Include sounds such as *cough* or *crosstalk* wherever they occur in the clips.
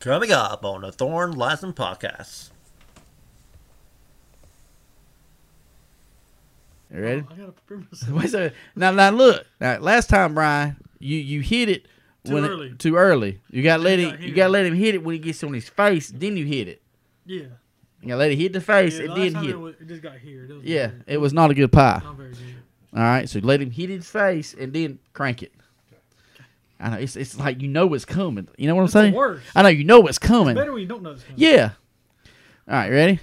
Coming up on the Thorn Lassen podcast. You ready? *laughs* I gotta prepare myself. Wait a second. Now, now look. Now, last time, Brian, you you hit it Too when it- early. too early. You got to let He him. got You hit. got to let him hit it when he gets on his face. Then you hit it. Yeah. You got to let it hit the face yeah and last then time hit. It, was, it just got here. It was yeah, Not very, it was not a good pie. not very good. All right, so let him hit his face and then crank it. I know it's it's like you know it's coming. You know what I'm It's the saying? worst. I know you know it's coming. Better when you don't know this. kind of- Yeah. All right, ready?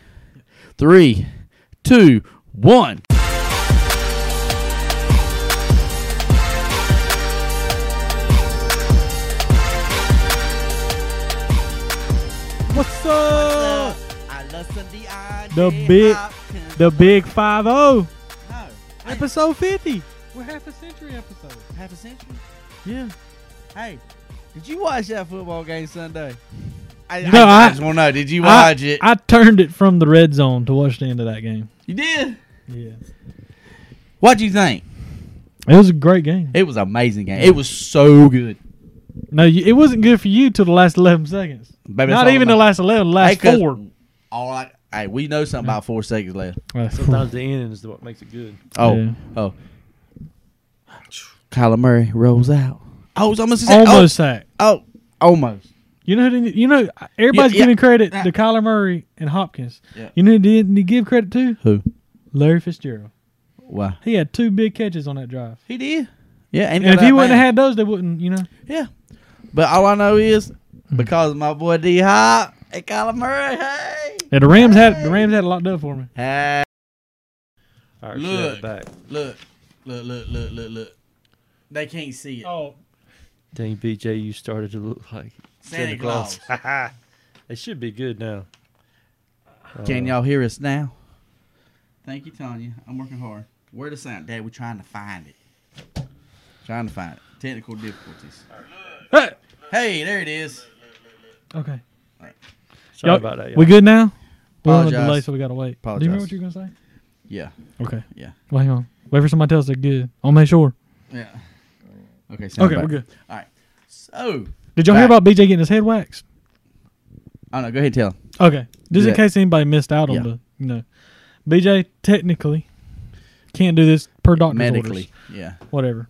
Three, two, one. What's up? I listen the I The big- The Big Five O, No, episode fifty. we're half a century episode. Half a century. Yeah. Hey, did you watch that football game Sunday? No, I- just want to know. Did you I- watch it? I turned it from the red zone to watch the end of that game. you did. Yeah. What do you think? It was a great game. It was an amazing game. It was so good. No, you, it wasn't good for you till the last eleven seconds. Baby, that's Not all even the about- last eleven, the Hey, last 'cause four. All I, hey, we know something about four seconds left. Last four. Sometimes the end is what makes it good. Oh, Yeah. oh. Kyler Murray rolls out. Oh, it's almost. *laughs* Almost sacked. Oh, oh, almost. You know who didn't, you know everybody's Yeah, yeah. giving credit Ah. to Kyler Murray and Hopkins. Yeah. You know who didn't give credit to? Who? Larry Fitzgerald. Why? He had two big catches on that drive. He did. Yeah, and, And if he wouldn't have had those, they wouldn't, you know. Yeah. But all I know is Hmm. because my boy D Hop and Kyler Murray, hey. Yeah, the Rams had the Rams had it locked up for me. Hey. All right, she had Look. it back. Look, look, look, look, look, look. They can't see it. Oh, Dang, BJ, you started to look like Santa Claus. it should be good now. *laughs* Can y'all hear us now? Thank you, Tanya. I'm working hard. Where the sound? Dad, we're trying to find it. Trying to find it. Technical difficulties. Hey, there it is. okay. Sorry Y'all- about that. Y'all. We good now? We're on a Apologize. delay, so we gotta wait. Do you remember Apologize. what you were gonna say? Yeah. Okay. Yeah. Well, hang on. Wait for somebody else to get it. I'll make sure. Yeah. Okay, sound Okay, back. we're good. So, Did y'all hear Back. about BJ getting his head waxed? I don't know. Oh, Go ahead, tell. Okay. Just in Yeah. case anybody missed out on Yeah. the you know. BJ technically can't do this per doctor's orders. Medically. Yeah. Whatever.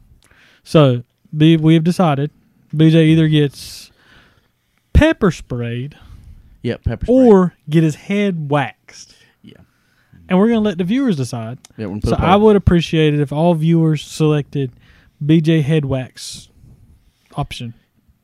So B we've decided BJ either gets pepper sprayed Yep. Pepper spray. or get his head waxed. Yeah. And we're gonna let the viewers decide. Yeah, we're gonna put So a poll. I would appreciate it if all viewers selected BJ head wax option.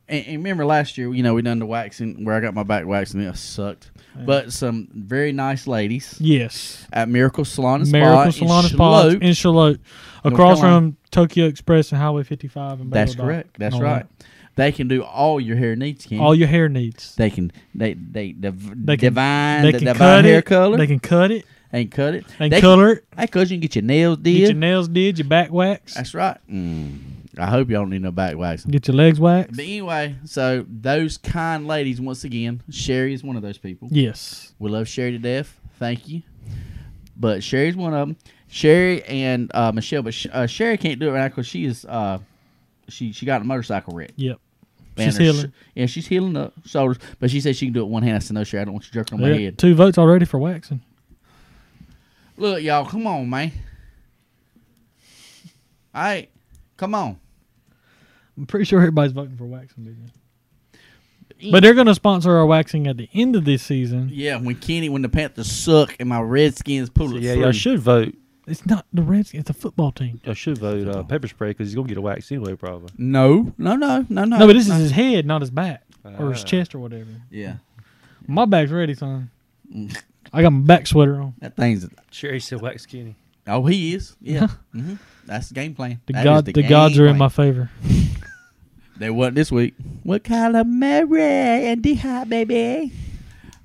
And, and remember last year, you know, we done the waxing where I got my back waxed and it sucked. But some very nice ladies Yes. at Miracle Salon and Spa Miracle in Salon and Spa Shlope. in Shalote, across Carolina. from Tokyo Express and Highway 55. And That's Battle Dock correct. and That's all right. that. They can do all your hair needs, can All your hair needs. they can they they, div- They can- divine They the can divine cut hair it. color They can cut it. and cut it. They They can color it. Can, hey, cause you can get your nails did. Get your nails did. Your back wax. That's right. Mm. I hope y'all don't need no back waxing. Get your legs waxed. But anyway, so those kind ladies, once again, Sherry is one of those people. Yes. We love Sherry to death. Thank you. But Sherry's one of them. Sherry and uh, Michelle, but sh- uh, Sherry can't do it right now because she is uh, she she got in a motorcycle wreck. Yep. And She's her sh- healing. yeah, she's healing up shoulders, but she said she can do it one hand. I said no, Sherry, I don't want you jerking on Oh, my They got head. Two votes already for waxing. Look, y'all, come on, man. All right, come on. I'm pretty sure everybody's voting for waxing, BJ. But they're going to sponsor our waxing at the end of this season. yeah, when Kenny, when the Panthers suck and my Redskins pull So, it yeah, through. y'all should vote. It's not the Redskins. It's a football team. Y'all should vote uh, pepper spray because he's gonna get a wax anyway, probably. No, no, no, no, no. No, but this is his head, not his back or his Ah. chest or whatever. Yeah, My back's *laughs* ready, son. I got my back sweater on. that thing's. Sherry said wax skinny. Oh, he is. Yeah, hmm that's the game plan. *laughs* The That is god, the, gods game are in my plan. favor. They wasn't this week. With Kyler Murray and D Hot baby.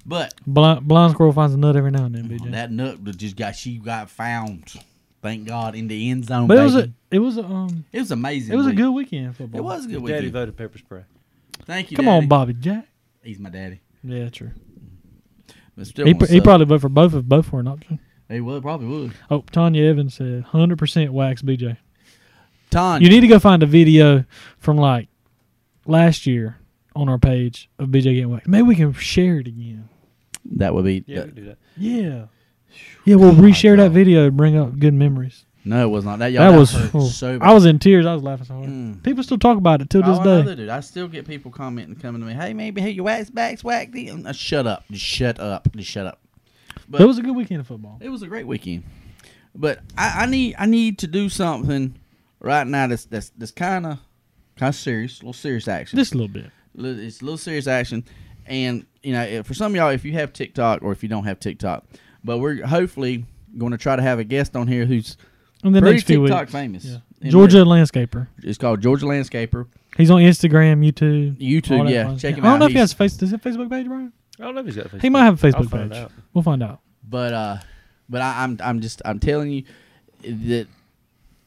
But Blind, blind squirrel finds a nut every now and then, BJ. that nut that just got she got found. Thank God in the end zone. but it was a, baby. it was a, um, it was amazing. it was a week. good weekend in football. It was a good Daddy weekend. voted pepper spray. Thank you. Come Daddy. on, Bobby Jack. He's my daddy. Yeah, true. But still He, won't pr- he suck. probably voted for both if both were an option. He would probably would. Oh, Tanya Evans said 100% wax BJ. Ton. You need to go find a video from like last year on our page of BJ getting waxed. Maybe we can share it again. That would be. Yeah, we can do that. Yeah. Yeah, Oh we'll reshare that video and bring up good memories. No, it was not that. Y'all That got was. hurt oh, so I was in tears. I was laughing so hard. Mm. People still talk about it till Oh, this I know day. they do. I still get people commenting, coming to me, "Hey, maybe hey, your wax backs whacked in." Uh, shut up! Just shut up! Just shut up! But it was a good weekend of football. It was a great weekend, but I, I need I need to do something right now. That's that's that's kind of kind of serious, little serious action. Just a little bit. Li- it's a little serious action, and you know, if- for some of y'all, if you have TikTok or if you don't have TikTok, but we're hopefully going to try to have a guest on here who's In the pretty next few TikTok weeks. famous. Yeah. in Georgia landscaper. Georgia. It's called Georgia Landscaper. He's on Instagram, YouTube. all YouTube, that yeah, fun check stuff. him I out. don't know if he He's- has face. Does he have Facebook page, Brian? I don't know if he's got Facebook. He might have a I'll Facebook find page. out. We'll find out. But uh, but I, I'm I'm just I'm telling you that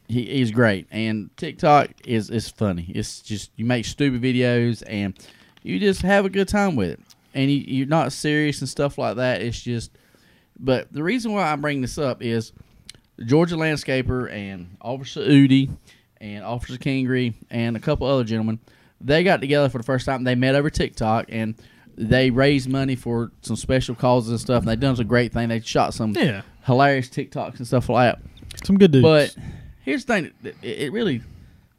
he is great, and TikTok is is funny. It's just you make stupid videos and you just have a good time with it, and you, you're not serious and stuff like that. It's just, but the reason why I bring this up is Georgia Landscaper and Officer Udi and Officer Kingry and a couple other gentlemen. They got together for the first time. They met over TikTok and they raised money for some special causes and stuff. And they done some great thing. They shot some Yeah. hilarious TikToks and stuff like that. Some good dudes. But here's the thing: that it, it really,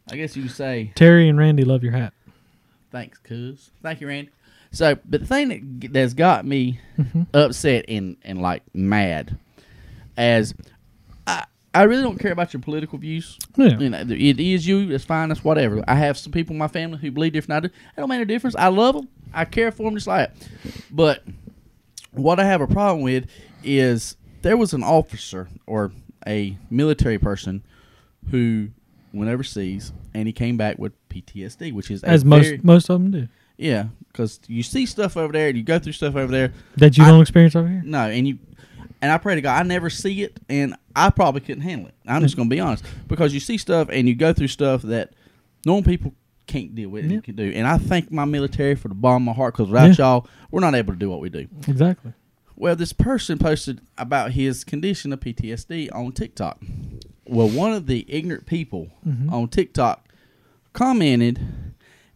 I guess you could say, Terry and Randy love your hat. thanks, cuz, thank you, Randy. So, but the thing that g- that's got me Mm-hmm. upset and and like mad, as I I really don't care about your political views. Yeah. You know, it is you. It's fine. It's whatever. I have some people in my family who believe different. than I do. It don't make a difference. I love them. I care for them just like. That. But what I have a problem with is there was an officer or a military person who went overseas and he came back with PTSD, which is a As most very- most of them do. yeah, because you see stuff over there and you go through stuff over there. That you I- don't experience over here? No, and you and I pray to God I never see it and I probably couldn't handle it. I'm just gonna be honest. Because you see stuff and you go through stuff that normal people can't deal with and Yeah. can do. And I thank my military for the bomb my heart because without Yeah. y'all, we're not able to do what we do. Exactly. Well, this person posted about his condition of PTSD on TikTok. Well, one of the ignorant people Mm-hmm. Mhm. on TikTok commented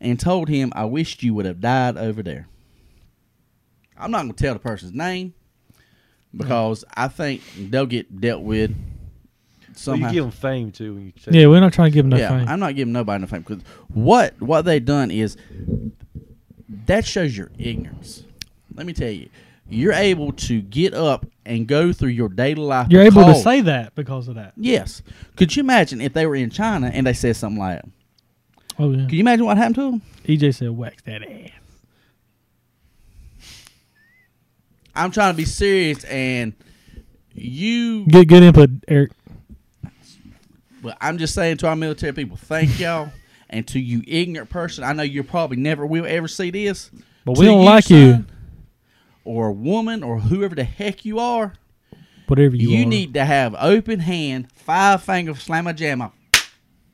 and told him, I wished you would have died over there. I'm not going to tell the person's name because I think they'll get dealt with Mm-hmm. Well, somehow. you give him fame too when you. say- Yeah, we're not trying to give them no yeah, fame. I'm not giving nobody no fame because what, what they done is that shows your ignorance. Let me tell you. You're able to get up and go through your daily life. You're able to because- say that because of that. Yes. Could you imagine if they were in China and they said something like that? Oh yeah. Can you imagine what happened to them? EJ E said wax that ass. I'm trying to be serious and you Good good input, Eric. but I'm just saying to our military people, thank y'all. and to you ignorant person, I know you probably never will ever see this. But To we don't like you. son, Or woman or whoever the heck you are. Whatever you, You, are. need to have open hand, five finger slam a jammer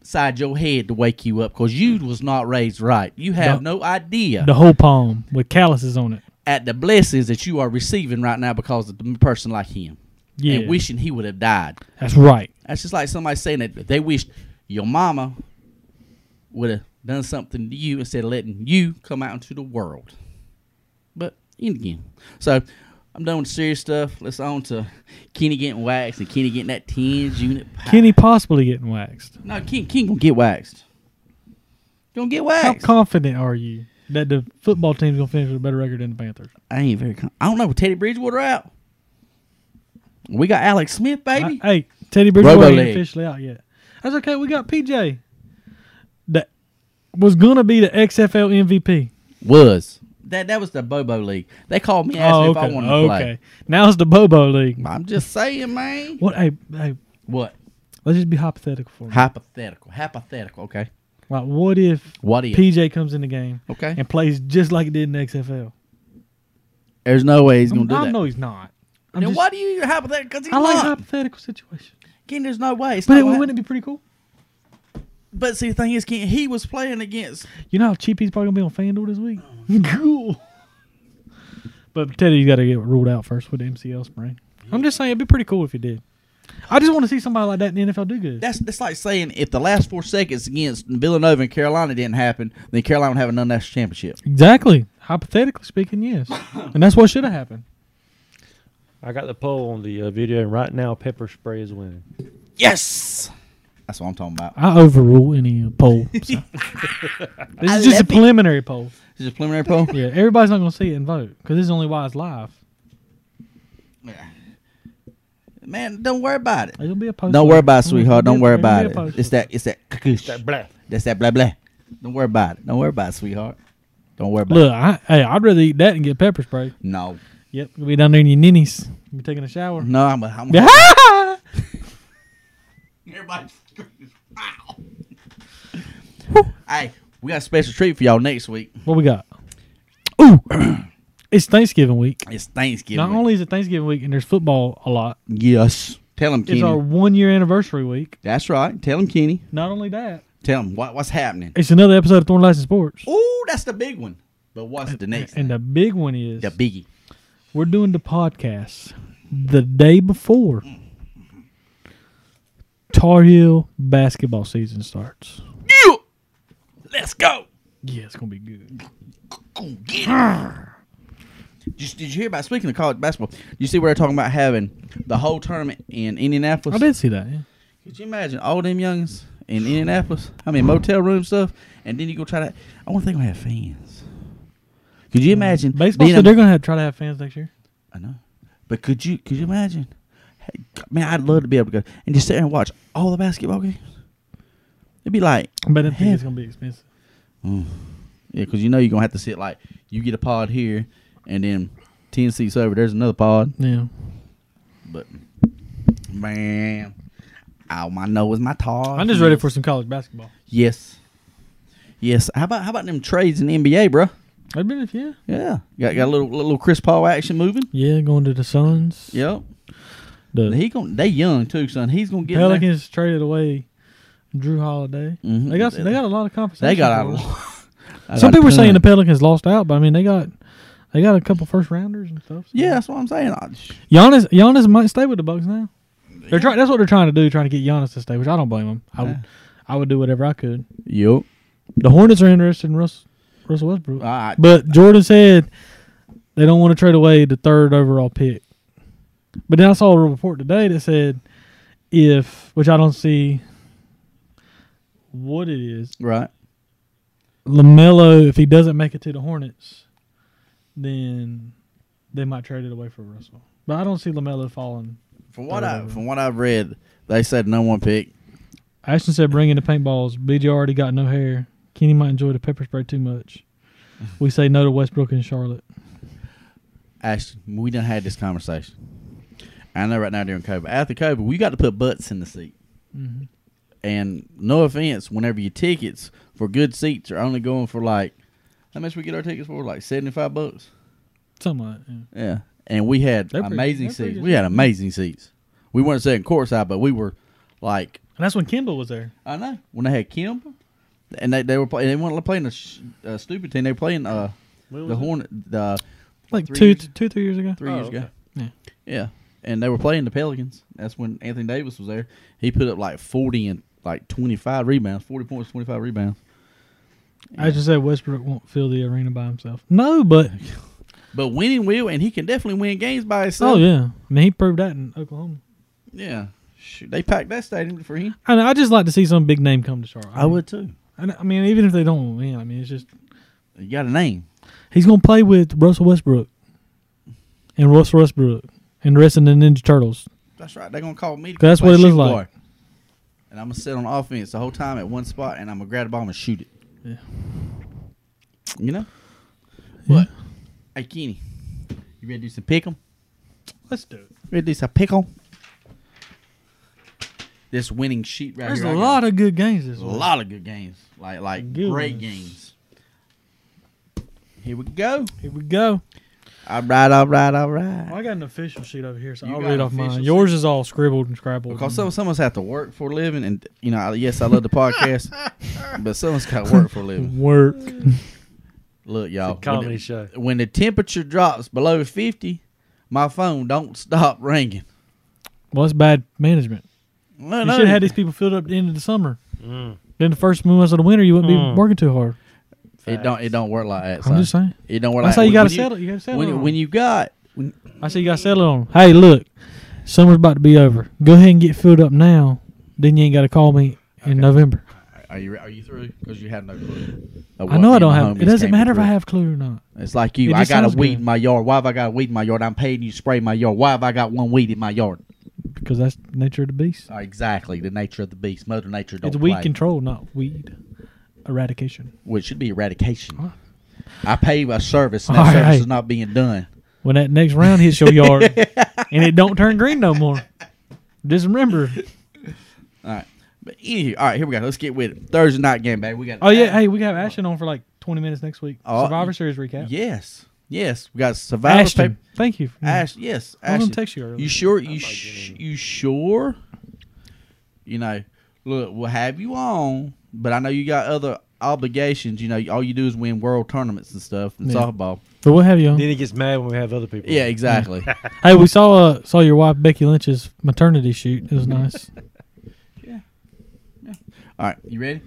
side your head to wake you up because you was not raised right. You have no idea. the whole palm with calluses on it. at the blessings that you are receiving right now because of the person like him Yeah. and wishing he would have died. That's right. That's just like somebody saying that they wished your mama would have done something to you instead of letting you come out into the world. But in again, so I'm done with serious stuff. Let's on to Kenny getting waxed and Kenny getting that tens unit. Pie. Kenny possibly getting waxed. no, Kenny, Kenny gonna get waxed. Gonna get How waxed. confident are you that the football team's gonna finish with a better record than the Panthers? I ain't very. Con- I don't know. with Teddy Bridgewater out. We got Alex Smith, baby. I- Uh, hey, Teddy Bridgewater ain't Robo-leg. officially out yet. That's okay. We got PJ that was gonna be the XFL MVP. Was that that was the Bobo League? They called me asking oh, if I okay. wanted to Okay. Now it's the Bobo League. play. I'm just saying, man. What? Hey, hey, What let's just be hypothetical for a minute. hypothetical? Hypothetical. Okay. Like, what if What if? PJ comes in the game okay. and plays just like it did in the XFL? There's no way he's gonna I'm- do I that. know he's not. I'm then just- why do you hypothetical? Because he's I like not. hypothetical situations, Again, there's no way. It's but not it, what- wouldn't it be pretty cool? but see, the thing is, Ken, he was playing against. You know how cheap he's probably gonna be on FanDuel this week. Oh, *laughs* cool. But Teddy, you got to get ruled out first with the MCL sprain. I'm just saying it'd be pretty cool if you did. I just want to see somebody like that in the NFL do good. That's that's like saying if the last four seconds against Villanova and Carolina didn't happen, then Carolina would have an unnational championship. exactly. Hypothetically speaking, *laughs* yes, and that's what should have happened. I got the poll on the uh, video, and right now pepper spray is winning. Yes, that's what I'm talking about. I overrule any uh, poll. *laughs* so. this is just a preliminary poll. Is this preliminary poll? *laughs* Yeah, everybody's not going to see it and vote because this is only why it's live. Man, don't worry about it. It'll be a post. Don't worry later. about it, It'll be- sweetheart. Don't it'll worry be a about it. post It's that. It's that. It's that blah. That's that blah blah. Don't worry about it. Don't worry about it, sweetheart. Don't worry about Look, I, hey, I'd rather eat that and get pepper spray. it. No, Yep, you'll be down there in your ninnies. You'll be taking a shower. no, I'm. A, *laughs* I'm a, Yeah. Everybody, hey, we got a special treat for y'all next week. what we got? Ooh, *clears throat* it's Thanksgiving week. It's Thanksgiving. Not week. only is it Thanksgiving week and there's football a lot, yes, tell him, Kenny. it's our one year anniversary week. That's right. Tell him, Kenny. Not only that, Tell him what, what's happening. it's another episode of Thorn License Sports. Ooh, that's the big one. But what's the next? thing? And the big one is the biggie. we're doing the podcast the day before Tar Heel basketball season starts. Let's go. Yeah, it's gonna be good. Go get it. Just, did you hear about speaking of college basketball? You see, we're talking about having the whole tournament in Indianapolis. I did see that. Yeah. Could you imagine all them youngins in Indianapolis? I mean, motel room stuff, and then you go try to. I wonder if they gonna have fans. Could you imagine Baseball, being said a- they're gonna have, try to have fans next year. I know, but could you could you imagine? Hey, man, I'd love to be able to go and just sit there and watch all the basketball games. It'd be like, But I think Heck. it's gonna be expensive. yeah, because you know you're gonna have to sit like you get a pod here, and then ten seats over there's another pod. Yeah. But man, all I know is my Todd. I'm just ready for some college basketball. Yes. Yes. How about how about them trades in the NBA, bro? I've been if yeah. Yeah. Got got a little little Chris Paul action moving. Yeah, going to the Suns. Yep. The He going they young too, son. He's gonna get in there. Pelicans traded away Drew Holiday. Mhm. They got they got a lot of compensation. They got a for it. lot. *laughs* Some people are were saying the Pelicans lost out, but I mean they got they got a couple first rounders and stuff. so- Yeah, that's what I'm saying. I- Giannis Giannis might stay with the Bucks now. They're trying. That's what they're trying to do, trying to get Giannis to stay, which I don't blame them. I would I would do whatever I could. Yup. The Hornets are interested in Russell, Russell Westbrook, I- but Jordan said they don't want to trade away the third overall pick. But then I saw a report today that said if, which I don't see what it is, Right. Lamelo, if he doesn't make it to the Hornets, then they might trade it away for Russell. But I don't see Lamelo falling. From what Third I overall. from what I've read, they said no one pick. Ashton said, "Bring in the paintballs." BJ already got no hair. Kenny might enjoy the pepper spray too *laughs* much. We say no to Westbrook and Charlotte. Ashton, we done had this conversation. I know right now during COVID. After COVID, we got to put butts in the seat. Mhm. And no offense, whenever your tickets for good seats are only going for like, how much we get our tickets for? Like seventy five bucks. Something like that. yeah. Yeah. And we had They're pretty- amazing they're pretty seats. good We had amazing seats. We weren't sitting courtside, but we were like, And that's when Kimball was there. I know when they had Kimba, and they, they were playing. They weren't playing a, sh- a stupid team. They were playing uh the Hornet the Like Three two, years- two, three years ago. three Oh, years ago. okay. Yeah. Yeah. And they were playing the Pelicans. That's when Anthony Davis was there. He put up like forty and like twenty five rebounds, forty points, twenty five rebounds. I just said Westbrook won't fill the arena by himself. No, but But winning will, and he can definitely win games by himself. oh yeah, I mean he proved that in Oklahoma. yeah. Shoot, they packed that stadium for him. And I just like to see some big name come to Charlotte. I, would. too. I mean, even if they don't win, I mean it's just You got a name. he's gonna play with Russell Westbrook and Russell Westbrook and the rest of the Ninja Turtles. That's right. They're gonna call me. to That's play what it looks shoot like. guard. And I'm gonna sit on offense the whole time at one spot, and I'm gonna grab the ball and shoot it. Yeah. You know. But hey, Kenny, you ready to do some pick'em? Let's do it. Ready to do some pick'em? This winning sheet right There's here. a I got- lot of good games this There's a week. lot of good games. Like like Good great ones. games. Here we go. Here we go. All right, all right, all Well, right. Oh, I got an official sheet over here, so You I'll got read an off mine. official Yours is all scribbled and scrabbled. Because some and- someone's have to work for a living, and you know, I- yes, I love *laughs* the podcast, but someone's got to work for a living. work. Look, y'all. a when comedy the- show. when the temperature drops below 50, my phone don't stop ringing. Well, that's bad management. Well, You no, should have had these people filled up at the end of the summer. Mm. Then the first few months of the winter, you wouldn't Mm. be working too hard. it don't it don't work like that. I'm son. just saying. It don't work That's like how you when got to settle. You got to settle. When, on. when you got I say you got to settle on. 'em. Hey, look, summer's about to be over. Go ahead and get filled up now. Then you ain't got to call me Okay. in November. are you are you through? Because you have no clue. of I what me know I and don't my have. It homies doesn't came matter if I through. have clue or not. It's like It you. I just got a sounds weed good. in my yard. Why have I got a weed in my yard? I'm paying you to spray my yard. Why have I got one weed in my yard? because that's the nature of the beast. Uh, Exactly. The nature of the beast. Mother nature don't it's weed play. control, not weed eradication. Well, it should be Huh? eradication. I pay a service, and All that service right. is not being done. When that next round hits your *laughs* yard and it don't turn green no more, just remember. But anywho, all right, here we go. Let's get with it. Thursday night game, baby. We got. Oh yeah, hey, we got Ashton on for like twenty minutes next week. Oh, Survivor Series recap. Yes, yes. We got Survivor. Ashton, Paper- thank you. Ash. Yes. Ashton. I was Mm. gonna text you earlier. You sure? You sh- you sure? You know, look, we'll have you on, but I know you got other obligations. You know, all you do is win world tournaments and stuff in Yeah. softball. but we'll have you on. Then he gets mad when we have other people. Yeah, exactly. Hey, we saw uh, saw your wife Becky Lynch's maternity shoot. It was *laughs* nice. *laughs* all right, you ready?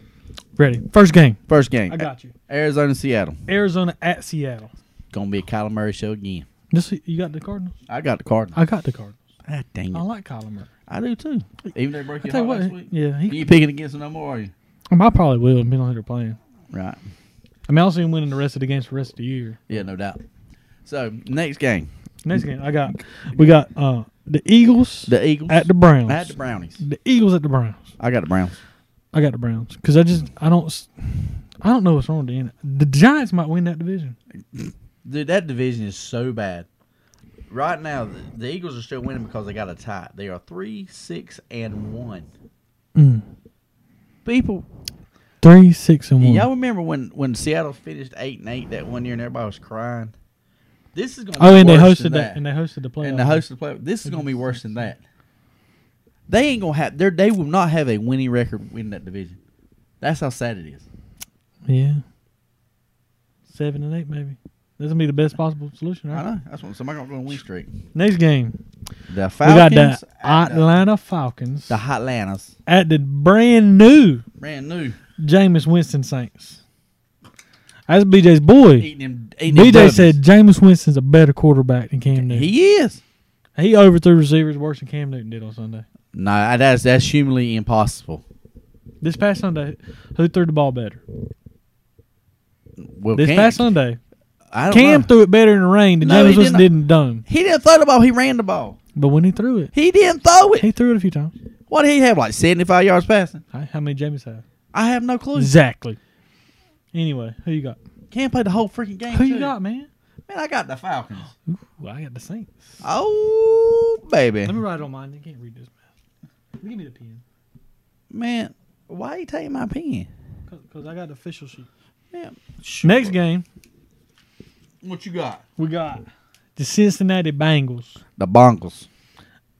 Ready? First game. First game, I got you. Arizona Seattle. Arizona at Seattle. Gonna be a Kyler Murray show again. This you got the Cardinals. I got the Cardinals. I got the Cardinals. Ah, dang I it, like Kyler Murray. I do too. Even they broke I your tell heart you what, last week. yeah, You he, ain't picking against them no more, are you? I, mean, I probably will. Depending on who they're playing. Right. I mean, I'll see him winning the rest of the games for the rest of the year. Yeah, no doubt. So next game, Next game, I got we got uh the Eagles the Eagles at the Browns. at the Brownies. The Eagles at the Browns. I got the Browns. I got the Browns because I just I don't s- I don't know what's wrong with the end. The Giants might win that division. Dude, that division is so bad. Right now, the, the Eagles are still winning because they got a tie. They are three, six, and one. Mm. People, Three six and one. y'all remember when when Seattle finished eight and eight that one year and everybody was crying. This is gonna. oh, be and they worse hosted than that. and they hosted the playoff. and the host of the play. This is gonna be worse than that. They ain't gonna have their. They will not have a winning record in that division. That's how sad it is. Yeah. Seven and eight maybe. That's gonna be the best possible solution, I right? know. That's what somebody gonna go on a win streak. Next game, The Falcons. we got the at the- Atlanta Falcons The Hotlanders. at the brand new Brand new. Jameis Winston Saints. That's BJ's boy. Eating them. Eating them BJ W's. said Jameis Winston's a better quarterback than Cam Newton. He, He is. overthrew receivers worse than Cam Newton did on Sunday. No, that's that's humanly impossible. This past Sunday, who threw the ball better? Well, This Cam, past Sunday, I don't Cam know. threw it better in the rain than No, he Jameis did Winston not. did in dome. he didn't throw the ball. He ran the ball. But when he threw it, He didn't throw it. he threw it a few times. What did he have? Like seventy five yards passing. How how many Jameis have? I have no clue. Exactly. Anyway, who you got? Cam played the whole freaking game. Who you too. got, man? Man, I got the Falcons. Ooh, I got the Saints. Oh baby, Let me write it on mine. You can't read this, man. Give me the pen. man, why you taking my pen? Because I got the official sheet. Man, Next game, what you got? we got the Cincinnati Bengals. The Bongles.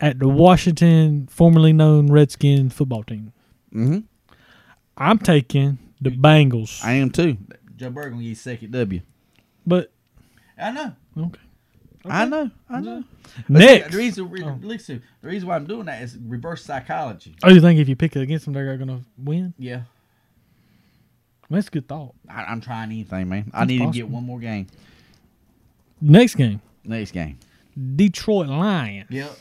at the Washington, formerly known Redskin football team. Mm-hmm. I'm taking the Bengals. I am too. Joe Burrow gonna get second W. But I know. okay. I know. I know. Next, The reason, re- Oh. listen, the reason why I'm doing that is reverse psychology. oh, you think if you pick it against them, they're gonna win? Yeah. Well, that's a good thought. I, I'm trying anything, man. I It's need to get possible. one more game. Next game, Next game. Detroit Lions Yep.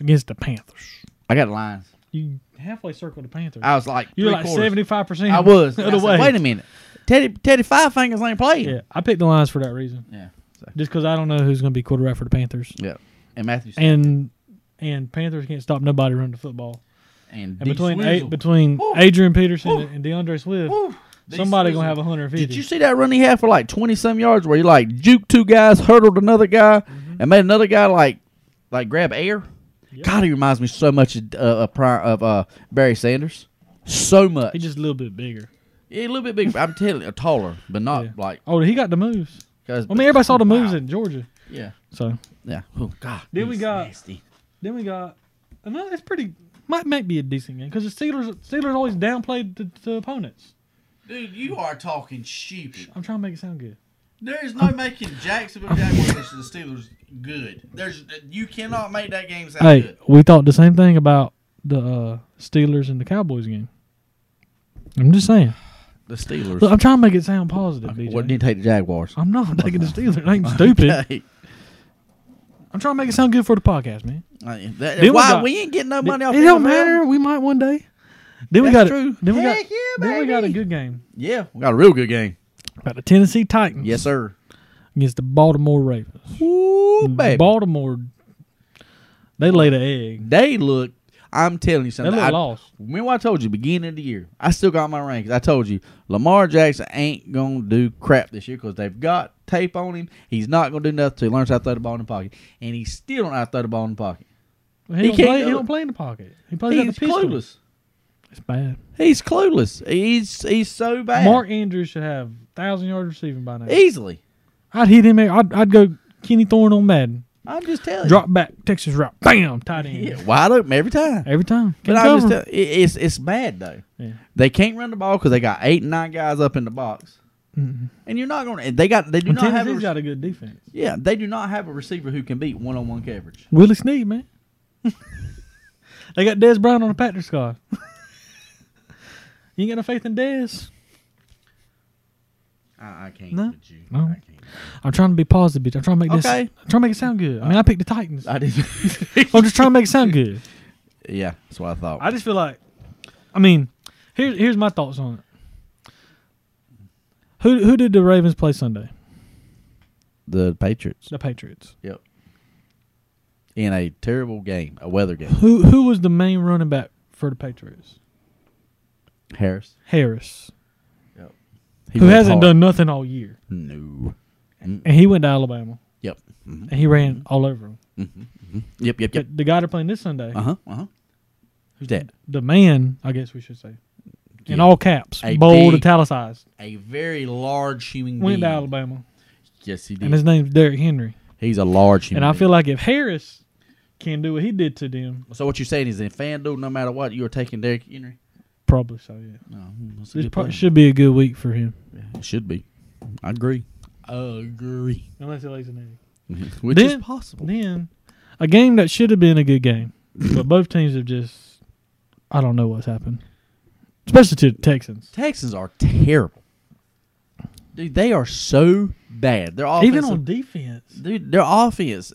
against the Panthers. I got lines. You halfway circle the Panthers. I was like, You're three like quarters. seventy five percent. I *laughs* was. Other I said, way. Wait a minute. Teddy Teddy Five Fingers ain't playing. Yeah, I picked the Lions for that reason. Yeah, so. Just because I don't know who's gonna be quarterback for the Panthers, And Matthew and, and and Panthers can't stop nobody running the football. and, And D between Swizzle. eight, between Woo. Adrian Peterson Woo. and DeAndre Swift, Woo. D somebody Swizzle. gonna have 150. Did you see that run he had for like twenty some yards where he like juked two guys, hurdled another guy, and made another guy like like grab air? Mm-hmm. Yep. God, he reminds me so much of uh, of, Pri- of uh, Barry Sanders. So much. He's just a little bit bigger. yeah, a little bit bigger. I'm telling you, taller, but not Yeah. like. Oh, he got the moves. Guys, I mean, everybody saw the moves Wow. in Georgia. Yeah. So Yeah. Oh God. Then we he's got- nasty. then we got another. It's pretty might might be a decent game because the Steelers Steelers always downplayed the, the opponents. Dude, you are talking sheep. I'm trying to make it sound good. There's no making Jacksonville Jaguars versus the Steelers good. There's you cannot make that game sound Hey, good. we thought the same thing about the uh, Steelers and the Cowboys game. I'm just saying. The Steelers. Look, I'm trying to make it sound positive, DJ. What did you take the Jaguars? I'm not taking the Steelers. I ain't stupid. *laughs* Okay. I'm trying to make it sound good for the podcast, man. Uh, that- Then we why got- we ain't getting no money it off NFL? don't matter. We might one day. Then we got That's a- true. Then we got Heck yeah, then we got a baby. good game Yeah, we got a real good game. about the Tennessee Titans Yes, sir. against the Baltimore Ravens. Ooh, Mm, baby. Baltimore, they laid an egg. They look. I'm telling you They something. look I, lost. remember I told you beginning of the year. I still got my rankings. I told you Lamar Jackson ain't gonna do crap this year because they've got tape on him. He's not gonna do nothing till he learns how to throw the ball in the pocket, and he still don't know how to throw the ball in the pocket. He, He don't can't play. do He it. don't play in the pocket. He plays out the He's pistol. clueless. It's bad. He's clueless. He's he's so bad. Mark Andrews should have thousand yards receiving by now. easily. I'd hit him. I'd, I'd go Kenny Thorne on Madden. I'm just telling Drop back Texas route. Bam, tight you. end. Yeah, wide open every time. Every time. But Can't I'm just cover. tell- it, it's it's bad though. Yeah. They can't run the ball because they got eight and nine guys up in the box, Mhm. and you're not going. to They got they do And not have a, Tennessee's rec- got a good defense. yeah they do not have a receiver who can beat one on one coverage. Willie Sneed, *laughs* man. they got Des Bryant on the *laughs* Patrick squad. you ain't got no faith in Des. I, I can't No. with you. No. I can't. I'm trying to be positive, bitch. I'm trying to make this. Okay. I'm trying to make it sound good. I mean, I picked the Titans. I I'm did. just trying to make it sound good. *laughs* yeah, that's what I thought. I just feel like, I mean, here's here's my thoughts on it. Who who did the Ravens play Sunday? the Patriots The Patriots. in a terrible game, a weather game. Who who was the main running back for the Patriots? Harris, Harris, He who worked hasn't hard. done nothing all year, no. and he went to Alabama Yep. Mhm. and he ran all over them. Mm-hmm. Yep. Yep. *laughs* Yep. But the guy they're playing this Sunday, Uh huh. Uh huh. Who's that? the man, I guess we should say, in Yeah. all caps, A bold, big- italicized, A very large human being. went to Alabama, Yes, he and did. his name's Derrick Henry. He's a large human. and I being. feel like if Harris can do what he did to them, So what you're saying is in FanDuel, no matter what, you are taking Derrick Henry. probably so. Yeah, No, that's a this good probably plan. should be a good week for him, It should be. I agree. Agree. unless he lays an egg. *laughs* Which Then- is possible. Then a game that should have been a *laughs* good game, but both teams have just I don't know what's happened, especially to the Texans. Texans are terrible. Dude, they are so bad. Their offense, Even on defense, dude, their offense.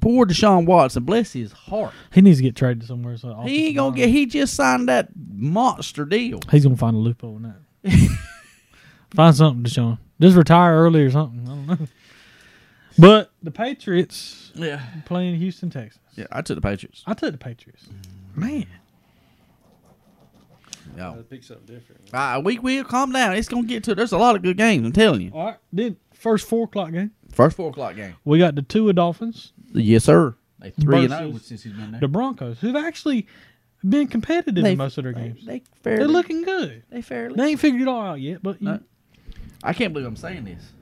Poor Deshaun Watson, bless his heart. he needs to get traded somewhere. So the He ain't gonna offensive get. line- He just signed that monster deal. He's gonna find a loophole in that. *laughs* find something, Deshaun. Just retire early or something. I don't know. But the Patriots Yeah, playing Houston Texans. yeah. I took the Patriots. I took the Patriots. Man, Yeah. Gotta pick something different. Uh, we will calm down. It's gonna get to. There's a lot of good games. I'm telling you. All right. Then first four o'clock game, First four o'clock game. we got the Tua Dolphins, Yes, sir. They three and Versus- oh since he's been there. the Broncos, who've actually been competitive They- in most of their games. They, they They, fairly. are looking good. They fairly. They ain't figured it all out yet, but you- No. I can't believe I'm saying this.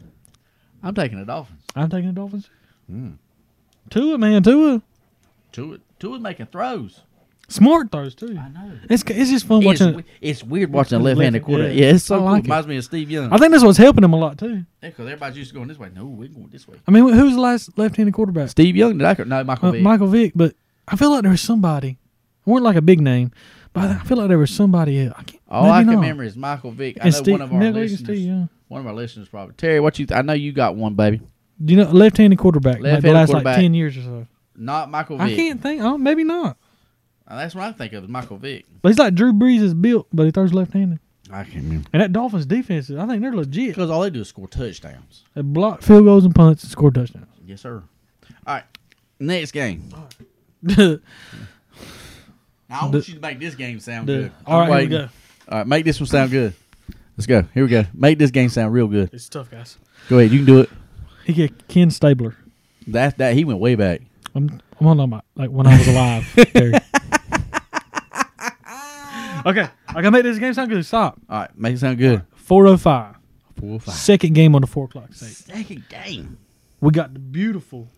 I'm taking the Dolphins. I'm taking the Dolphins. Hmm. Tua, man, Tua, Tua, Tua's making throws. smart throws too. know. It's it's just fun It's, watching. we- it's weird watching a left-handed Yeah. quarterback. Yeah, it's so I cool. like it. Reminds me of Steve Young. I think that's what's helping him a lot too. Because everybody's used to going this way. No, we're going this way. I mean, who's the last left-handed quarterback? Steve Young. Did I? No, Michael Uh, Vick. Michael Vick, but I feel like there was somebody. It weren't like a big name, but I feel like there was somebody else. I can't, All maybe I can not. remember is Michael Vick. I know And Steve, one of our Nick Lee and listeners. Steve Young. One of our listeners probably. Terry, what you? Th- I know you got one, baby. Do you know left-handed quarterback? like the Left-handed last like quarterback. ten years or so. Not Michael Vick. I can't think. Oh, maybe not. Uh, That's what I think of is Michael Vick. But he's like Drew Brees is built, but he throws left-handed. I can't remember And that Dolphins defense, is- I think they're legit. because all they do is score touchdowns. They block field goals and punts and *laughs* score touchdowns. Yes, sir. All right, next game. the, Now I want The- you to make this game sound the, good. all I'm right, here we waiting. go. All right, make this one sound good. Let's go. Here we go. Make this game sound real good. It's tough, guys. Go ahead, you can do it. He get Ken Stabler. That that he went way back. I'm, I'm on my like when I *laughs* was alive. Barry. okay, I can make this game sound good. Stop. All right, make it sound good. Four oh five. Four or five. Second game on the four o'clock state. Second game. We got the beautiful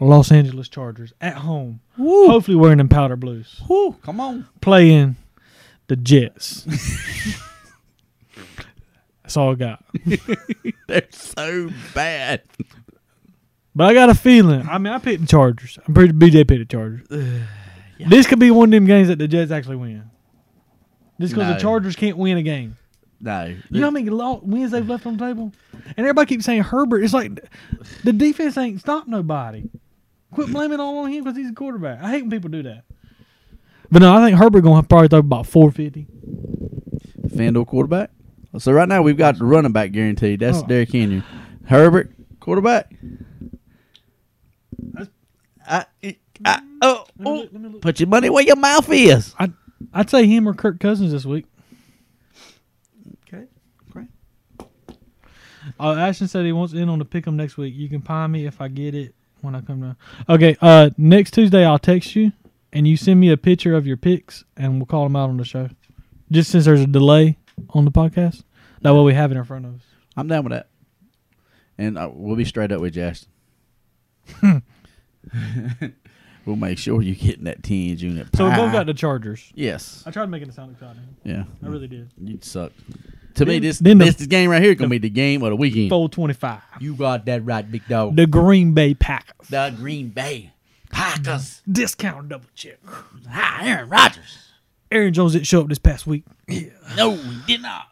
Los Angeles Chargers at home. Hopefully wearing them powder blues. Woo, come on. Playing the Jets. That's all I got. They're so bad. But I got a feeling. I mean, I picked the Chargers. I'm pretty BJ picked the Chargers. This could be one of them games that the Jets actually win. Just because No. the Chargers can't win a game. No. You know how many lo- wins they've left on the table? And everybody keeps saying Herbert. It's like the defense ain't stopped nobody. Quit blaming all on him because he's a quarterback. I hate when people do that. But no, I think Herbert going to probably throw about 450. FanDuel quarterback. So right now we've got the running back guaranteed. That's Oh. Derrick Henry. Herbert quarterback. I, I, oh, oh. Put your money where your mouth is. I'd say him or Kirk Cousins this week. Okay. great. Uh, Ashton said he wants in on the pick 'em next week. You can pie me if I get it when I come down. Okay, uh, next Tuesday I'll text you and you send me a picture of your picks and we'll call them out on the show. Just since there's a delay on the podcast, that way we have it in front of us. I'm down with that. And uh, we'll be straight up with *laughs* Justin. we'll make sure you get in that 10 unit. So we pie. both got the Chargers. Yes. I tried making it sound exciting. Yeah. I really did. You'd suck. To me, Then- this then the- this game right here is gonna be the game of the weekend. Four twenty-five. You got that right, big dog. The Green Bay Packers. The Green Bay Packers. Discount double check. Hi, Aaron Rodgers. Aaron Jones didn't show up this past week No, he did not.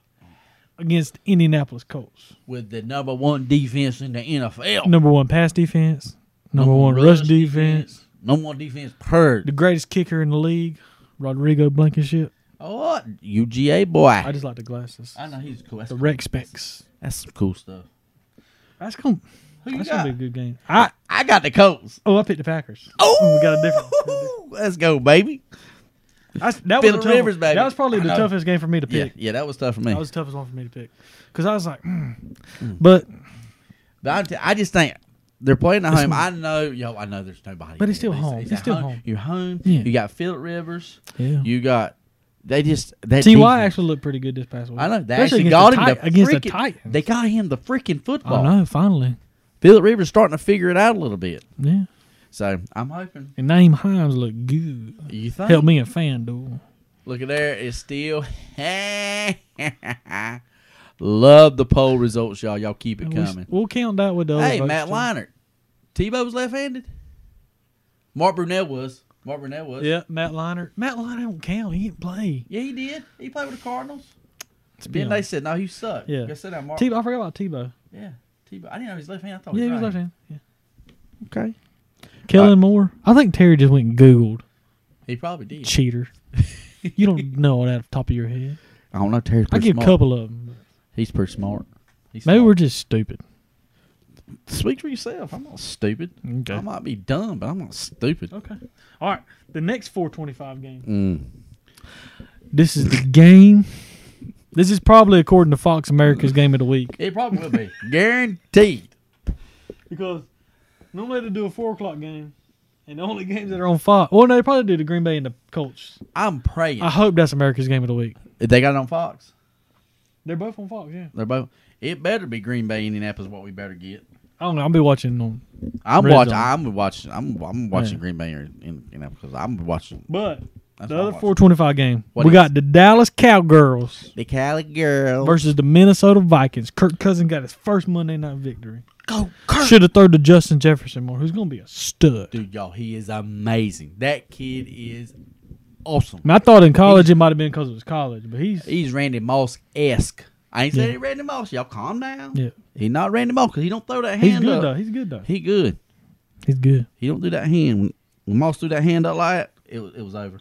against Indianapolis Colts. With the number one defense in the NFL. Number one pass defense. Number one rush defense. No more defense per. the greatest kicker in the league, Rodrigo Blankenship. Oh, UGA boy. I I, just like the glasses, know he's cool. That's, the Rex specs. that's some cool stuff. That's gonna Who you that's got? gonna be a good game. I I got the Colts. oh I picked the Packers. Oh, *laughs* we got a different. Let's go, baby. That's, that was a Phillip tough Rivers, one. baby. That was probably I the know. toughest game for me to Yeah, pick. yeah, that was tough for me. That was the toughest one for me to pick because I was like, mm. but But I'm t- I just think they're playing at home. I know, yo, I know there's nobody. But it's there, still home. It's at still home. You're home. Yeah. You got Philip Rivers. yeah. You got they just that Ty defense- actually looked pretty good this past week. I know they Especially actually against got the him Ti- the against the freaking- Titans. They got him the freaking I football. know. Finally, Philip Rivers starting to figure it out a little bit. yeah. So I'm hoping And Naeem Himes looked good. you think. Help me a fan, dude. Look at there. It's still. *laughs* Love the poll results, y'all. Y'all keep it coming. We'll count that with the other Hey, votes, Matt too. Leinart. Tebow was left-handed. Mark Brunell was. Mark Brunell was. Yeah, Matt Liner. Matt Liner don't count. He didn't play. Yeah, he did. He played with the Cardinals. To be Then they honest. said, "No, you suck." Yeah. Go sit down, Mark. Tebow. I forgot about Tebow. Yeah, Tebow. I didn't know he was left-handed. I thought Yeah, he he was was left right. handed. Yeah. Okay. Kellen Moore. I think Terry just went and Googled He probably did. cheater. *laughs* you don't know that off the top of your head. I don't know. Terry's I pretty give a smart. couple of them. He's pretty smart. He's Maybe smart. we're just stupid. Speak for yourself. I'm not stupid. Okay. I might be dumb, but I'm not stupid. Okay. All right. The next 425 game. Mm. This is the game. This is probably, according to Fox America's game of the week. It probably will be *laughs* guaranteed. Because normally they do a 4 o'clock game, and the only games that are on Fox. Well, no, they probably do the Green Bay and the Colts. I'm praying. I hope that's America's game of the week. they got it on Fox. They're both on Fox, yeah. They're both. It better be Green Bay, Indianapolis. What we better get. I don't know. I'll be watching on I'm Red watching. zone. I'm watching. I'm I'm watching Yeah. Green Bay or in, Indianapolis. I'm watching. But That's what I'm the other watching. 425 game, What we is- got the Dallas Cowgirls The Cali girl. versus the Minnesota Vikings. Kirk Cousins got his first Monday night victory. Go Kirk. Should have thrown to Justin Jefferson more, who's going to be a stud. I, Dude, y'all, he is amazing. That kid is awesome. mean, I thought in college it might have been because it was college, but he's He's Randy Moss esque. I ain't Yeah. saying he Randy Moss. Y'all calm down. yeah, He not Randy Moss because he don't throw that he's hand good up. though. He's good though. uh, He good. He's good. He don't do that hand. When, when Moss threw that hand up like that, it was it was over.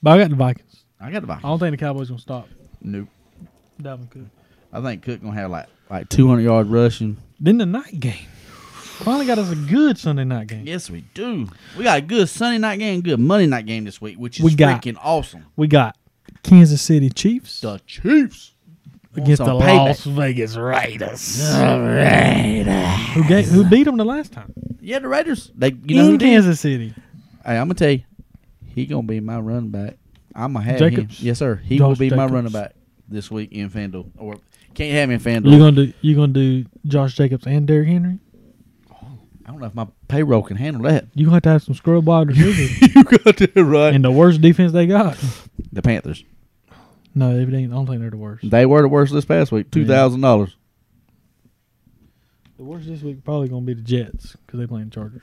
But I got the Vikings. I got the Vikings. I don't think the Cowboys going to stop Nope. Dalvin Cook. I think Cook gonna have like like 200 yard rushing. Then the night game. Finally got us a good Sunday night game. Yes, we do. We got a good Sunday night game, good Monday night game this week, which is We got- freaking awesome. We got Kansas City Chiefs The Chiefs against the want some Las Vegas Raiders, who, gave, who beat them the last time Yeah, the Raiders. They you in know who did? Kansas City. Hey, I'm gonna tell you, he gonna be my running back. I'm gonna have Jacobs? him. Yes, sir. He Josh will be Jacobs. my running back this week in Fanduel. Or can't have him in Fanduel. You gonna do you gonna do Josh Jacobs and Derrick Henry? I don't know if my payroll can handle that. You gonna have to have some scrub *laughs* wide receivers you got that right. and the worst defense they got. The Panthers. No, it ain't. I don't think they're the worst. They were the worst this past week. Two thousand dollars. The worst this week probably gonna be the Jets because they playing Chargers.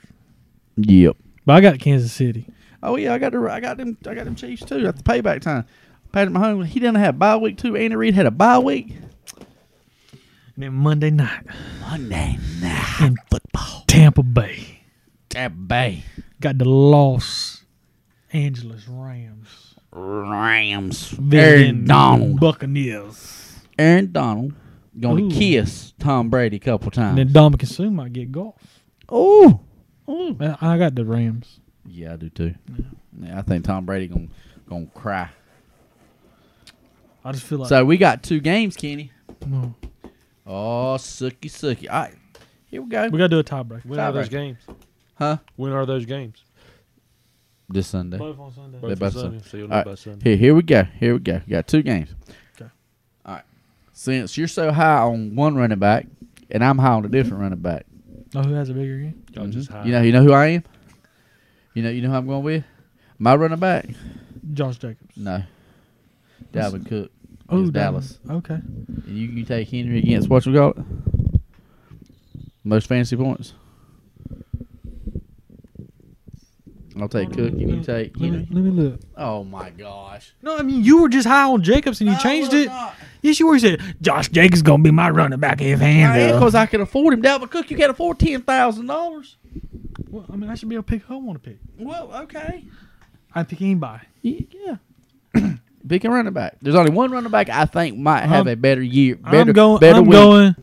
Yep. But I got Kansas City. Oh yeah, I got the I got them I got them Chiefs too at the payback time. Patrick Mahomes, he didn't have bye week too. Andy Reid had a bye week. And then Monday night, Monday night In football. Tampa Bay That Bay got the Los Angeles Rams. Rams. visiting Aaron the Donald. Buccaneers. Aaron Donald gonna Ooh. kiss Tom Brady a couple And then times. Dominican Sue might get golf. Oh, Man, I got the Rams. yeah, I do too. Yeah, I think Tom Brady gonna gonna cry. I just feel like So we got two games, Kenny. Mm. Oh, sucky sucky. All right, here we go. we gotta do a tiebreaker. When are those games? Huh? When are those games? This Sunday. Both on Sunday. Both by on Sunday. Sunday. So you'll All know right. by Sunday. Here, here we go. Here we go. We got two games. Okay. All right. Since you're so high on one running back, and I'm high on a different running back, Oh, who has a bigger game? Y'all Mhm. just high. you know, you know who I am. You know, you know who I'm going with. My running back. Josh Jacobs. No. Dalvin Cook. Oh, is Dalvin. Dallas. Okay. You can take Henry against what you got? Most fantasy points. I'll take Cook. You can take Let me, Henry. let me look. Oh my gosh! No, I mean you were just high on Jacobs and you changed it. Yes, you were. You said Josh Jacobs gonna be my running back if and Because I can afford him. Dalvin Cook, you can afford ten thousand dollars. Well, I mean, I should be able to pick who I want to pick. Well, okay. I pick anybody. Yeah. *clears throat* Pick a running back. There's only one running back I think might have I'm- a better year. Better, I'm going. Better I'm week. going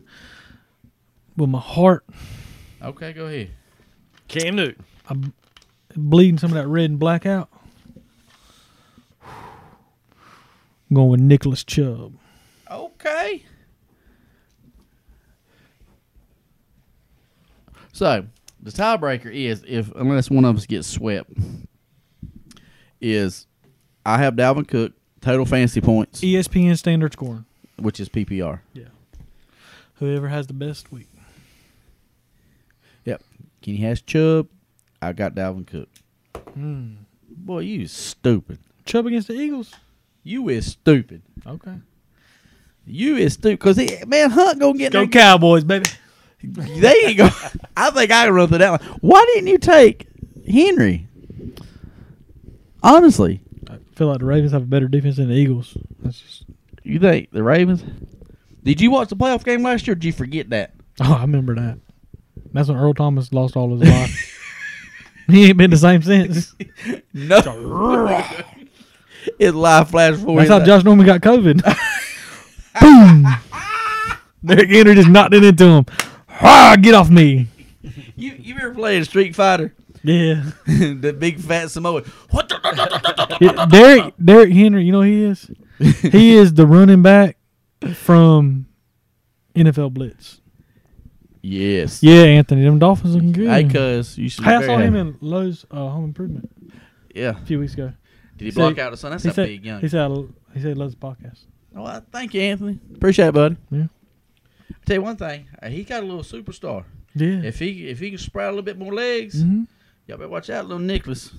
with my heart. Okay, go ahead. Cam Newton. I'm bleeding some of that red and black out. I'm going with Nicholas Chubb. Okay. So the tiebreaker is if unless one of us gets swept, is I have Dalvin Cook total fantasy points, ESPN standard scoring. which is PPR. Whoever has the best week. Yep. Kenny has Chubb. I got Dalvin Cook. Hmm. Boy, you stupid. Chubb against the Eagles. You is stupid. Okay. You is stupid because man Hunt gonna get Go no Cowboys, baby. they ain't go. *laughs* I think I can run through that one. Why didn't you take Henry? Honestly, I feel like the Ravens have a better defense than the Eagles. That's just. *laughs* you think the Ravens? Did you watch the playoff game last year? Or did you forget that? Oh, I remember that. That's when Earl Thomas lost all his life. he ain't been the same since. *laughs* No. His life flashed forward. That's how Josh Norman got COVID. Boom. Derek Henry just knocked it into him. Ah, get off me. you, you ever played Street Fighter? *laughs* Yeah. the big fat Samoan. *laughs* What the? Yeah, Derek Derek Henry, you know who he is? He is the running back from NFL Blitz. yes. Yeah, Anthony. Them Dolphins looking good. Hey, cuz you should. be Hey, I very saw him happy. in Lowe's uh, Home Improvement Yeah. a few weeks ago. Did he So block he- out the sun? That's He a said, big young. he said he said Lowe's podcast. Well, thank you, Anthony. Appreciate it, buddy. Yeah. Tell you one thing, uh, he got a little superstar. Yeah. If he if he can sprout a little bit more legs, hmm y'all better watch out, little Nicholas.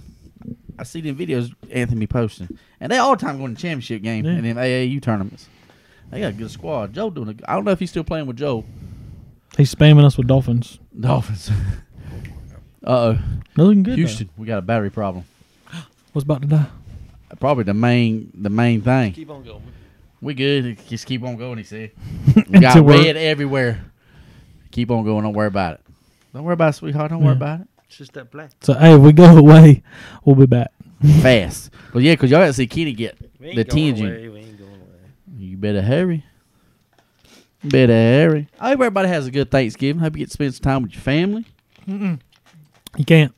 I see them videos Anthony be posting, and they all the time going to championship game Yeah. and them AAU tournaments. They got a good squad. Joe doing. A, g- I don't know if he's still playing with Joe. He's spamming us with Dolphins. *laughs* Dolphins. uh They're looking good. oh, though. Houston. We got a battery problem. What's about to die? Probably the main the main thing. Keep on going. We good. Just keep on going. He *laughs* said. We *laughs* got Until we're- red everywhere. Keep on going. Don't worry about it. Mm. Don't worry about it, sweetheart. Don't Yeah. worry about it. It's just that black. So hey, if we go *laughs* away, we'll be back. Fast. Well, yeah, because y'all got to see Kenny get. We The going TNG. away, We ain't going away. You better hurry. Better hurry. I hope everybody has a good Thanksgiving. Hope you get to spend some time with your family. You can't.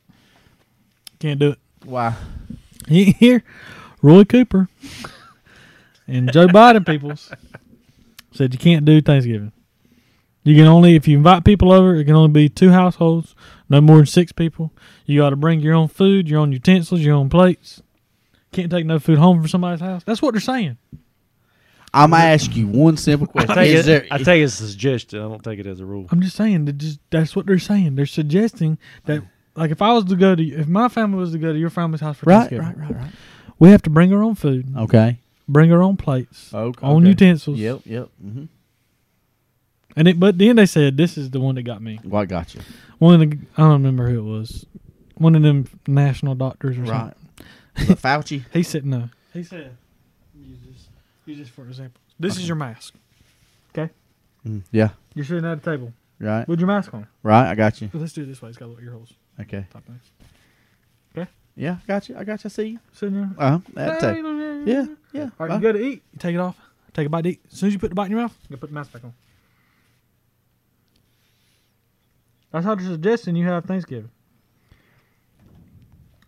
Can't *laughs* do it. Why? He ain't here. Roy Cooper *laughs* and Joe Biden peoples said you can't do Thanksgiving. You can only if you invite people over, it can only be two households, no more than six people. You gotta bring your own food, your own utensils, your own plates. Can't take no food home from somebody's house. That's what they're saying. I'm gonna ask you one simple *laughs* question. I take, Is it, there- I take it as a suggestion. I don't take it as a rule. I'm just saying that just that's what they're saying. They're suggesting that like if I was to go to if my family was to go to your family's house for right, Thanksgiving, right, right, right. we have to bring our own food. Okay. bring her own plates, Okay. own Uh, okay. utensils. Yep, yep. Mm-hmm. And it, but then they said this is the one that got me. Well, I got you. One of the I don't remember who it was. One of them national doctors or Right. something. Was it Fauci? He said no. He said use this use this for example. This is your mask. Mm. Yeah. You're sitting at a table Right. with your mask on. Right. I got you. Let's do it this way. It's got little ear holes. Okay. Type things. Yeah. I got you. I got you. I see you. Sitting there. Uh huh. That tape. Yeah. Yeah. All right, you Uh, go to eat. You take it off. Take a bite to eat. As soon as you put the bite in your mouth, you put the mask back on. That's how they're suggesting you have Thanksgiving.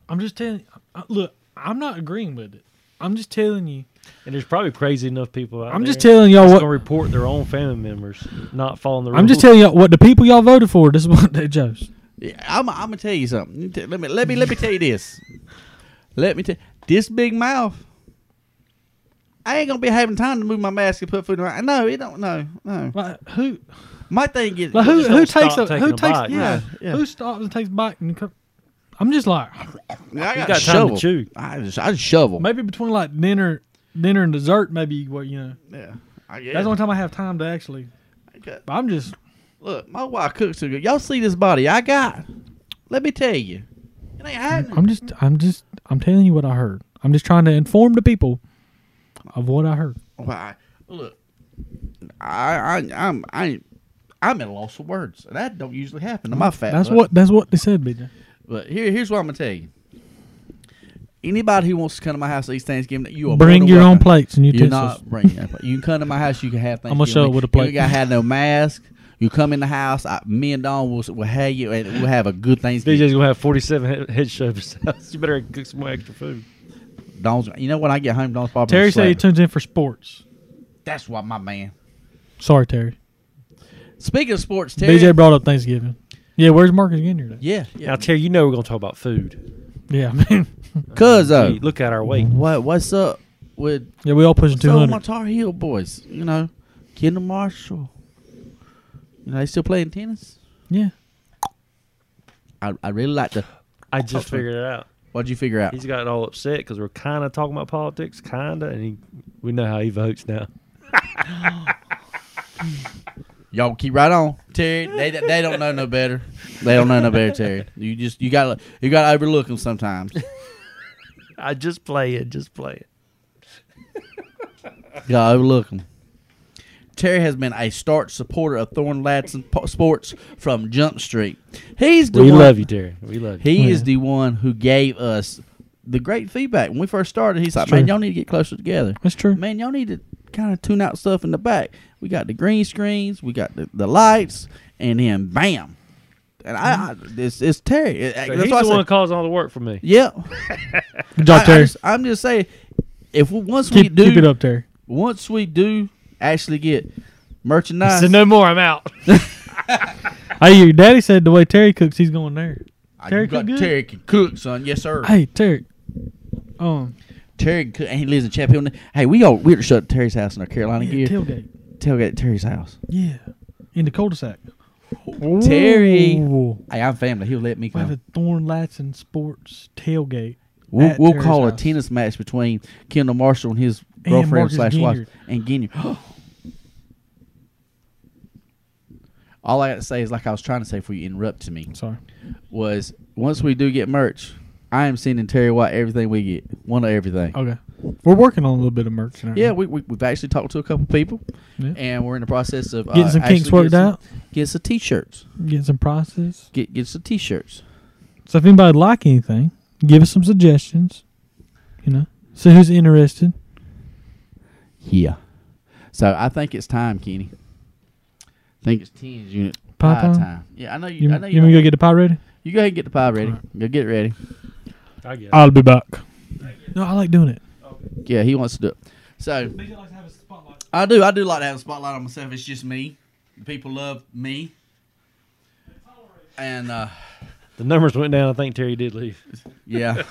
I'm just telling. uh, Look, I'm not agreeing with it. I'm just telling you. And there's probably crazy enough people out I'm there just telling y'all that's what. gonna report their own family members not following the rules. I'm just telling y'all what the people y'all voted for. This is *laughs* what they chose. Yeah, I'm, I'm gonna tell you something. You t- Let me let me let me tell you this. Let me tell this big mouth. I ain't gonna be having time to move my mask and put food in my. No, it don't. No, no. Like who? My thing is Like who? just Who don't stop takes a? taking Who a takes? bite. yeah, Yeah, yeah. Who stops and takes a bite and? co- I'm just like I you got, got a time shovel. to chew. I just I just shovel. maybe between like dinner, dinner and dessert. Maybe what you know. Yeah, I guess. That's the only time I have time to actually. Okay. I'm just. Look, my wife cooks so good. Y'all see this body I got? Let me tell you, it ain't happening. I'm just. I'm just. I'm telling you what I heard. I'm just trying to inform the people of what I heard. Why? Look, I, I I'm I, I'm at a loss for words. That don't usually happen to my fat. That's butt. what. That's what they said, BJ. But here, here's what I'm gonna tell you. Anybody who wants to come to my house to eat Thanksgiving, you are Bring more than your own welcome. plates and You're utensils. not bringing. Your own plate. You can come to my house. You can have Thanksgiving. *laughs* I'ma show up with a plate. You got to have no mask. You come in the house. I, me and Don will, will have you, and we'll have a *laughs* good Thanksgiving. DJ's gonna have 47 head, head shovers. *laughs* you better cook some more extra food. Don's, you know when I get home, Don's probably Terry Terry said he tunes in for sports. "That's why my man." Sorry, Terry. Speaking of sports, Terry. BJ brought up Thanksgiving. Yeah, where's Marcus again here today? yeah, Now, yeah. Terry, you know we're gonna talk about food. Yeah, *laughs* I mean, Cuz uh, Gee, look at our weight. what what's up with yeah, we all pushing two So my hundred. Tar Heel boys, you know, Kendall Marshall. You know, they still playing tennis. Yeah, I, I really like the. I just figured it out. What'd you figure out? He's gotten all upset because we're kind of talking about politics, kind of, and he, we know how he votes now. Y'all keep right on, Terry. They they don't know no better. They don't know no better, Terry. You just you gotta you gotta overlook them sometimes. You I just play it, just play it. gotta overlook them. Terry has been a stark supporter of Thorn Ladson po- Sports from Jump Street. He's the we one, love you, Terry. We love you. He is Yeah. the one who gave us the great feedback when we first started. He's like, true. man, y'all need to get closer together. that's true. man, y'all need to kind of tune out stuff in the back. We got the green screens, we got the, the lights, and then bam. And I, I this it's Terry. It- So that's he's why I the said- one causing all the work for me. Yeah, Good I, job, Terry. am just saying, if we, once we keep, do, keep it up, Terry. once we do actually get I merchandise, said, no more. I'm out. Hey, your daddy said the way Terry cooks, he's going there. I- Terry you got- cook good? Terry can cook, son. Yes, sir. Hey, Terry. Um, Terry can cook, and he lives in Chapel. Hill. Hey, we all we're shut Terry's house in our Carolina yeah, gear. tailgate. Tailgate at Terry's house. Yeah, in the cul-de-sac. Terry. Ooh. Hey, I'm family. He'll let me We have come. a Thorn Latson Sports tailgate. We'll, at we'll Terry's call a house. tennis match between Kendall Marshall and his girlfriend Marcus slash wife Ginyard. and Ginyard. *gasps* All I got to say is, like I was trying to say before you interrupted me, Sorry. was once we do get merch, I am sending Terry White everything we get, one of everything. Okay. We're working on a little bit of merch now. Yeah, we, we we've actually talked to a couple people, Yeah. and we're in the process of uh, Getting some actually kinks worked getting some- out. Get some t-shirts. Getting some prices. Get get some t-shirts. So if anybody would like anything, give us some suggestions. You know, see who's interested. Yeah. So I think it's time, Kenny. I think it's tens unit Pie pie, time? time. Yeah, I know you. You, I know you, you. want me to don't- go get the pie ready? You go ahead and get the pie ready. Alright. Go get it ready. I get I'll be back. No, I like doing it. Yeah, he wants to do it. So I do. I do like to have a spotlight on myself. It's just me. People love me. And uh, The numbers went down. I think Terry did leave. *laughs* yeah.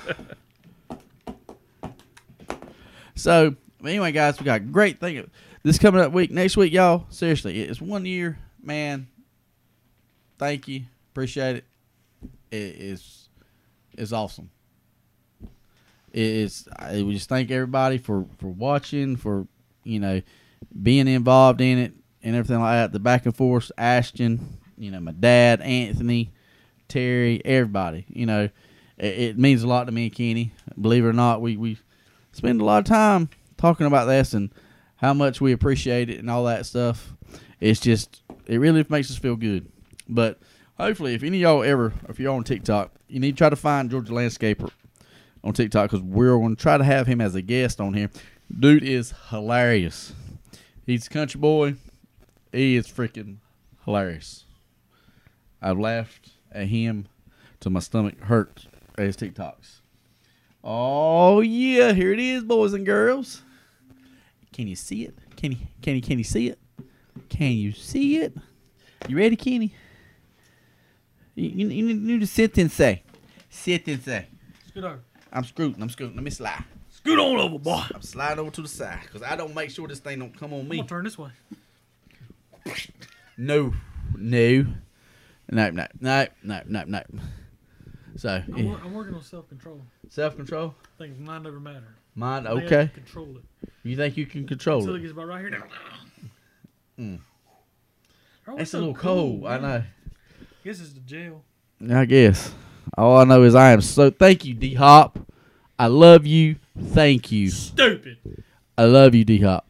so anyway, guys, we got a great thing this coming up week next week, y'all. Seriously, it's one year, man. Thank you, appreciate it. It is, it's awesome. It is. I, we just thank everybody for for watching, for you know, being involved in it and everything like that. The back and forth, Ashton, you know, my dad, Anthony, Terry, everybody. You know, it, it means a lot to me and Kenny. Believe it or not, we we spend a lot of time talking about this and how much we appreciate it and all that stuff. It's just it really makes us feel good. But hopefully, if any of y'all ever, if you're on TikTok, you need to try to find Georgia Landscaper on TikTok because we're going to try to have him as a guest on here. Dude is hilarious. He's a country boy. He is freaking hilarious. I've laughed at him till my stomach hurt at his TikToks. Oh yeah, here it is, boys and girls. Can you see it? Can you can you can you see it? Can you see it? You ready, Kenny? You, you, you need- you need to sit and say. Sit and say. Scoot over. I'm scooting. I'm scooting. Let me slide. Scoot on over, boy. I'm sliding over to the side because I don't make sure this thing don't come on I'm me. gonna turn this way. No, no, no, no, no, no, no, no. So I'm, yeah. wor- I'm working on self control. self control. I think it's mind over matter. Mind I think I okay. can Control it. You think you can control Until it Oh, it? gets about right here now. Mm. Oh, It's a so little cold. I man. know. This is the jail. I guess. All I know is I am so. Thank you, D Hop. I love you. Thank you. Stupid. I love you, D Hop.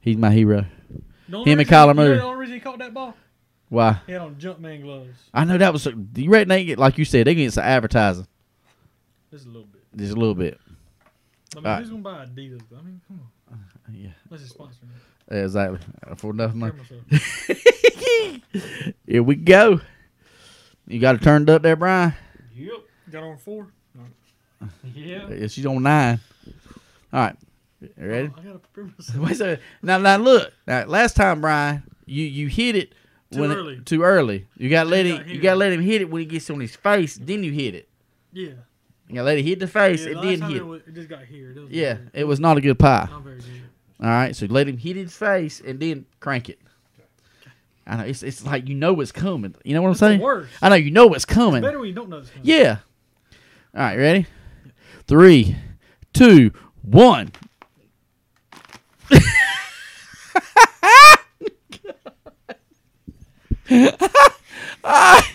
He's my hero. The only Him and reason- Kyler you know Murray. The only reason he caught that ball, Why? he had on Jumpman gloves. I know that was. Do you reckon they get like you said? They get some advertising Just a little bit. just a little bit. I mean, Alright. who's gonna buy Adidas? I mean, come on. Yeah, Let's just sponsor me. exactly. For nothing. Hear Like, myself. here we go. You got it turned up there, Brian. yep. Got on four. No. Yeah. Yeah, She's on nine. All right, You ready? Oh, I gotta prepare myself. Wait a second. Now, now look. Now, last time, Brian, you you hit it Too when it- early. too early. You gotta let He him. got You hit. gotta let him hit it when he gets on his face. Then you hit it. Yeah. You gotta let it hit the face. yeah it last did time hit. It, was, it just got here. That was yeah, weird. it was not a good pie. Not very good. All right, so let him hit his face and then crank it. I know it's it's like you know it's coming. You know what I'm It's the saying? worst. I know you know it's coming. Better when you don't know this. kind of- Yeah. All right, ready? Three, two, one. *laughs* Boys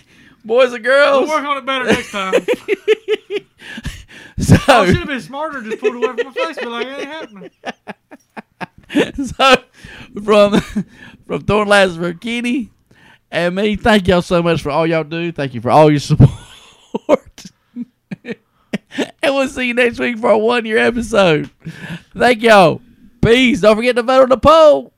and We'll girls. work on it better next time. I *laughs* So, should have been smarter. Just pulled away from my face. Be like, it ain't happening. *laughs* so from from Thorn Lazarus Kenny and me, thank y'all so much for all y'all do. Thank you for all your *laughs* support. and we'll see you next week for our one year episode. Thank y'all. Peace. Don't forget to vote on the poll.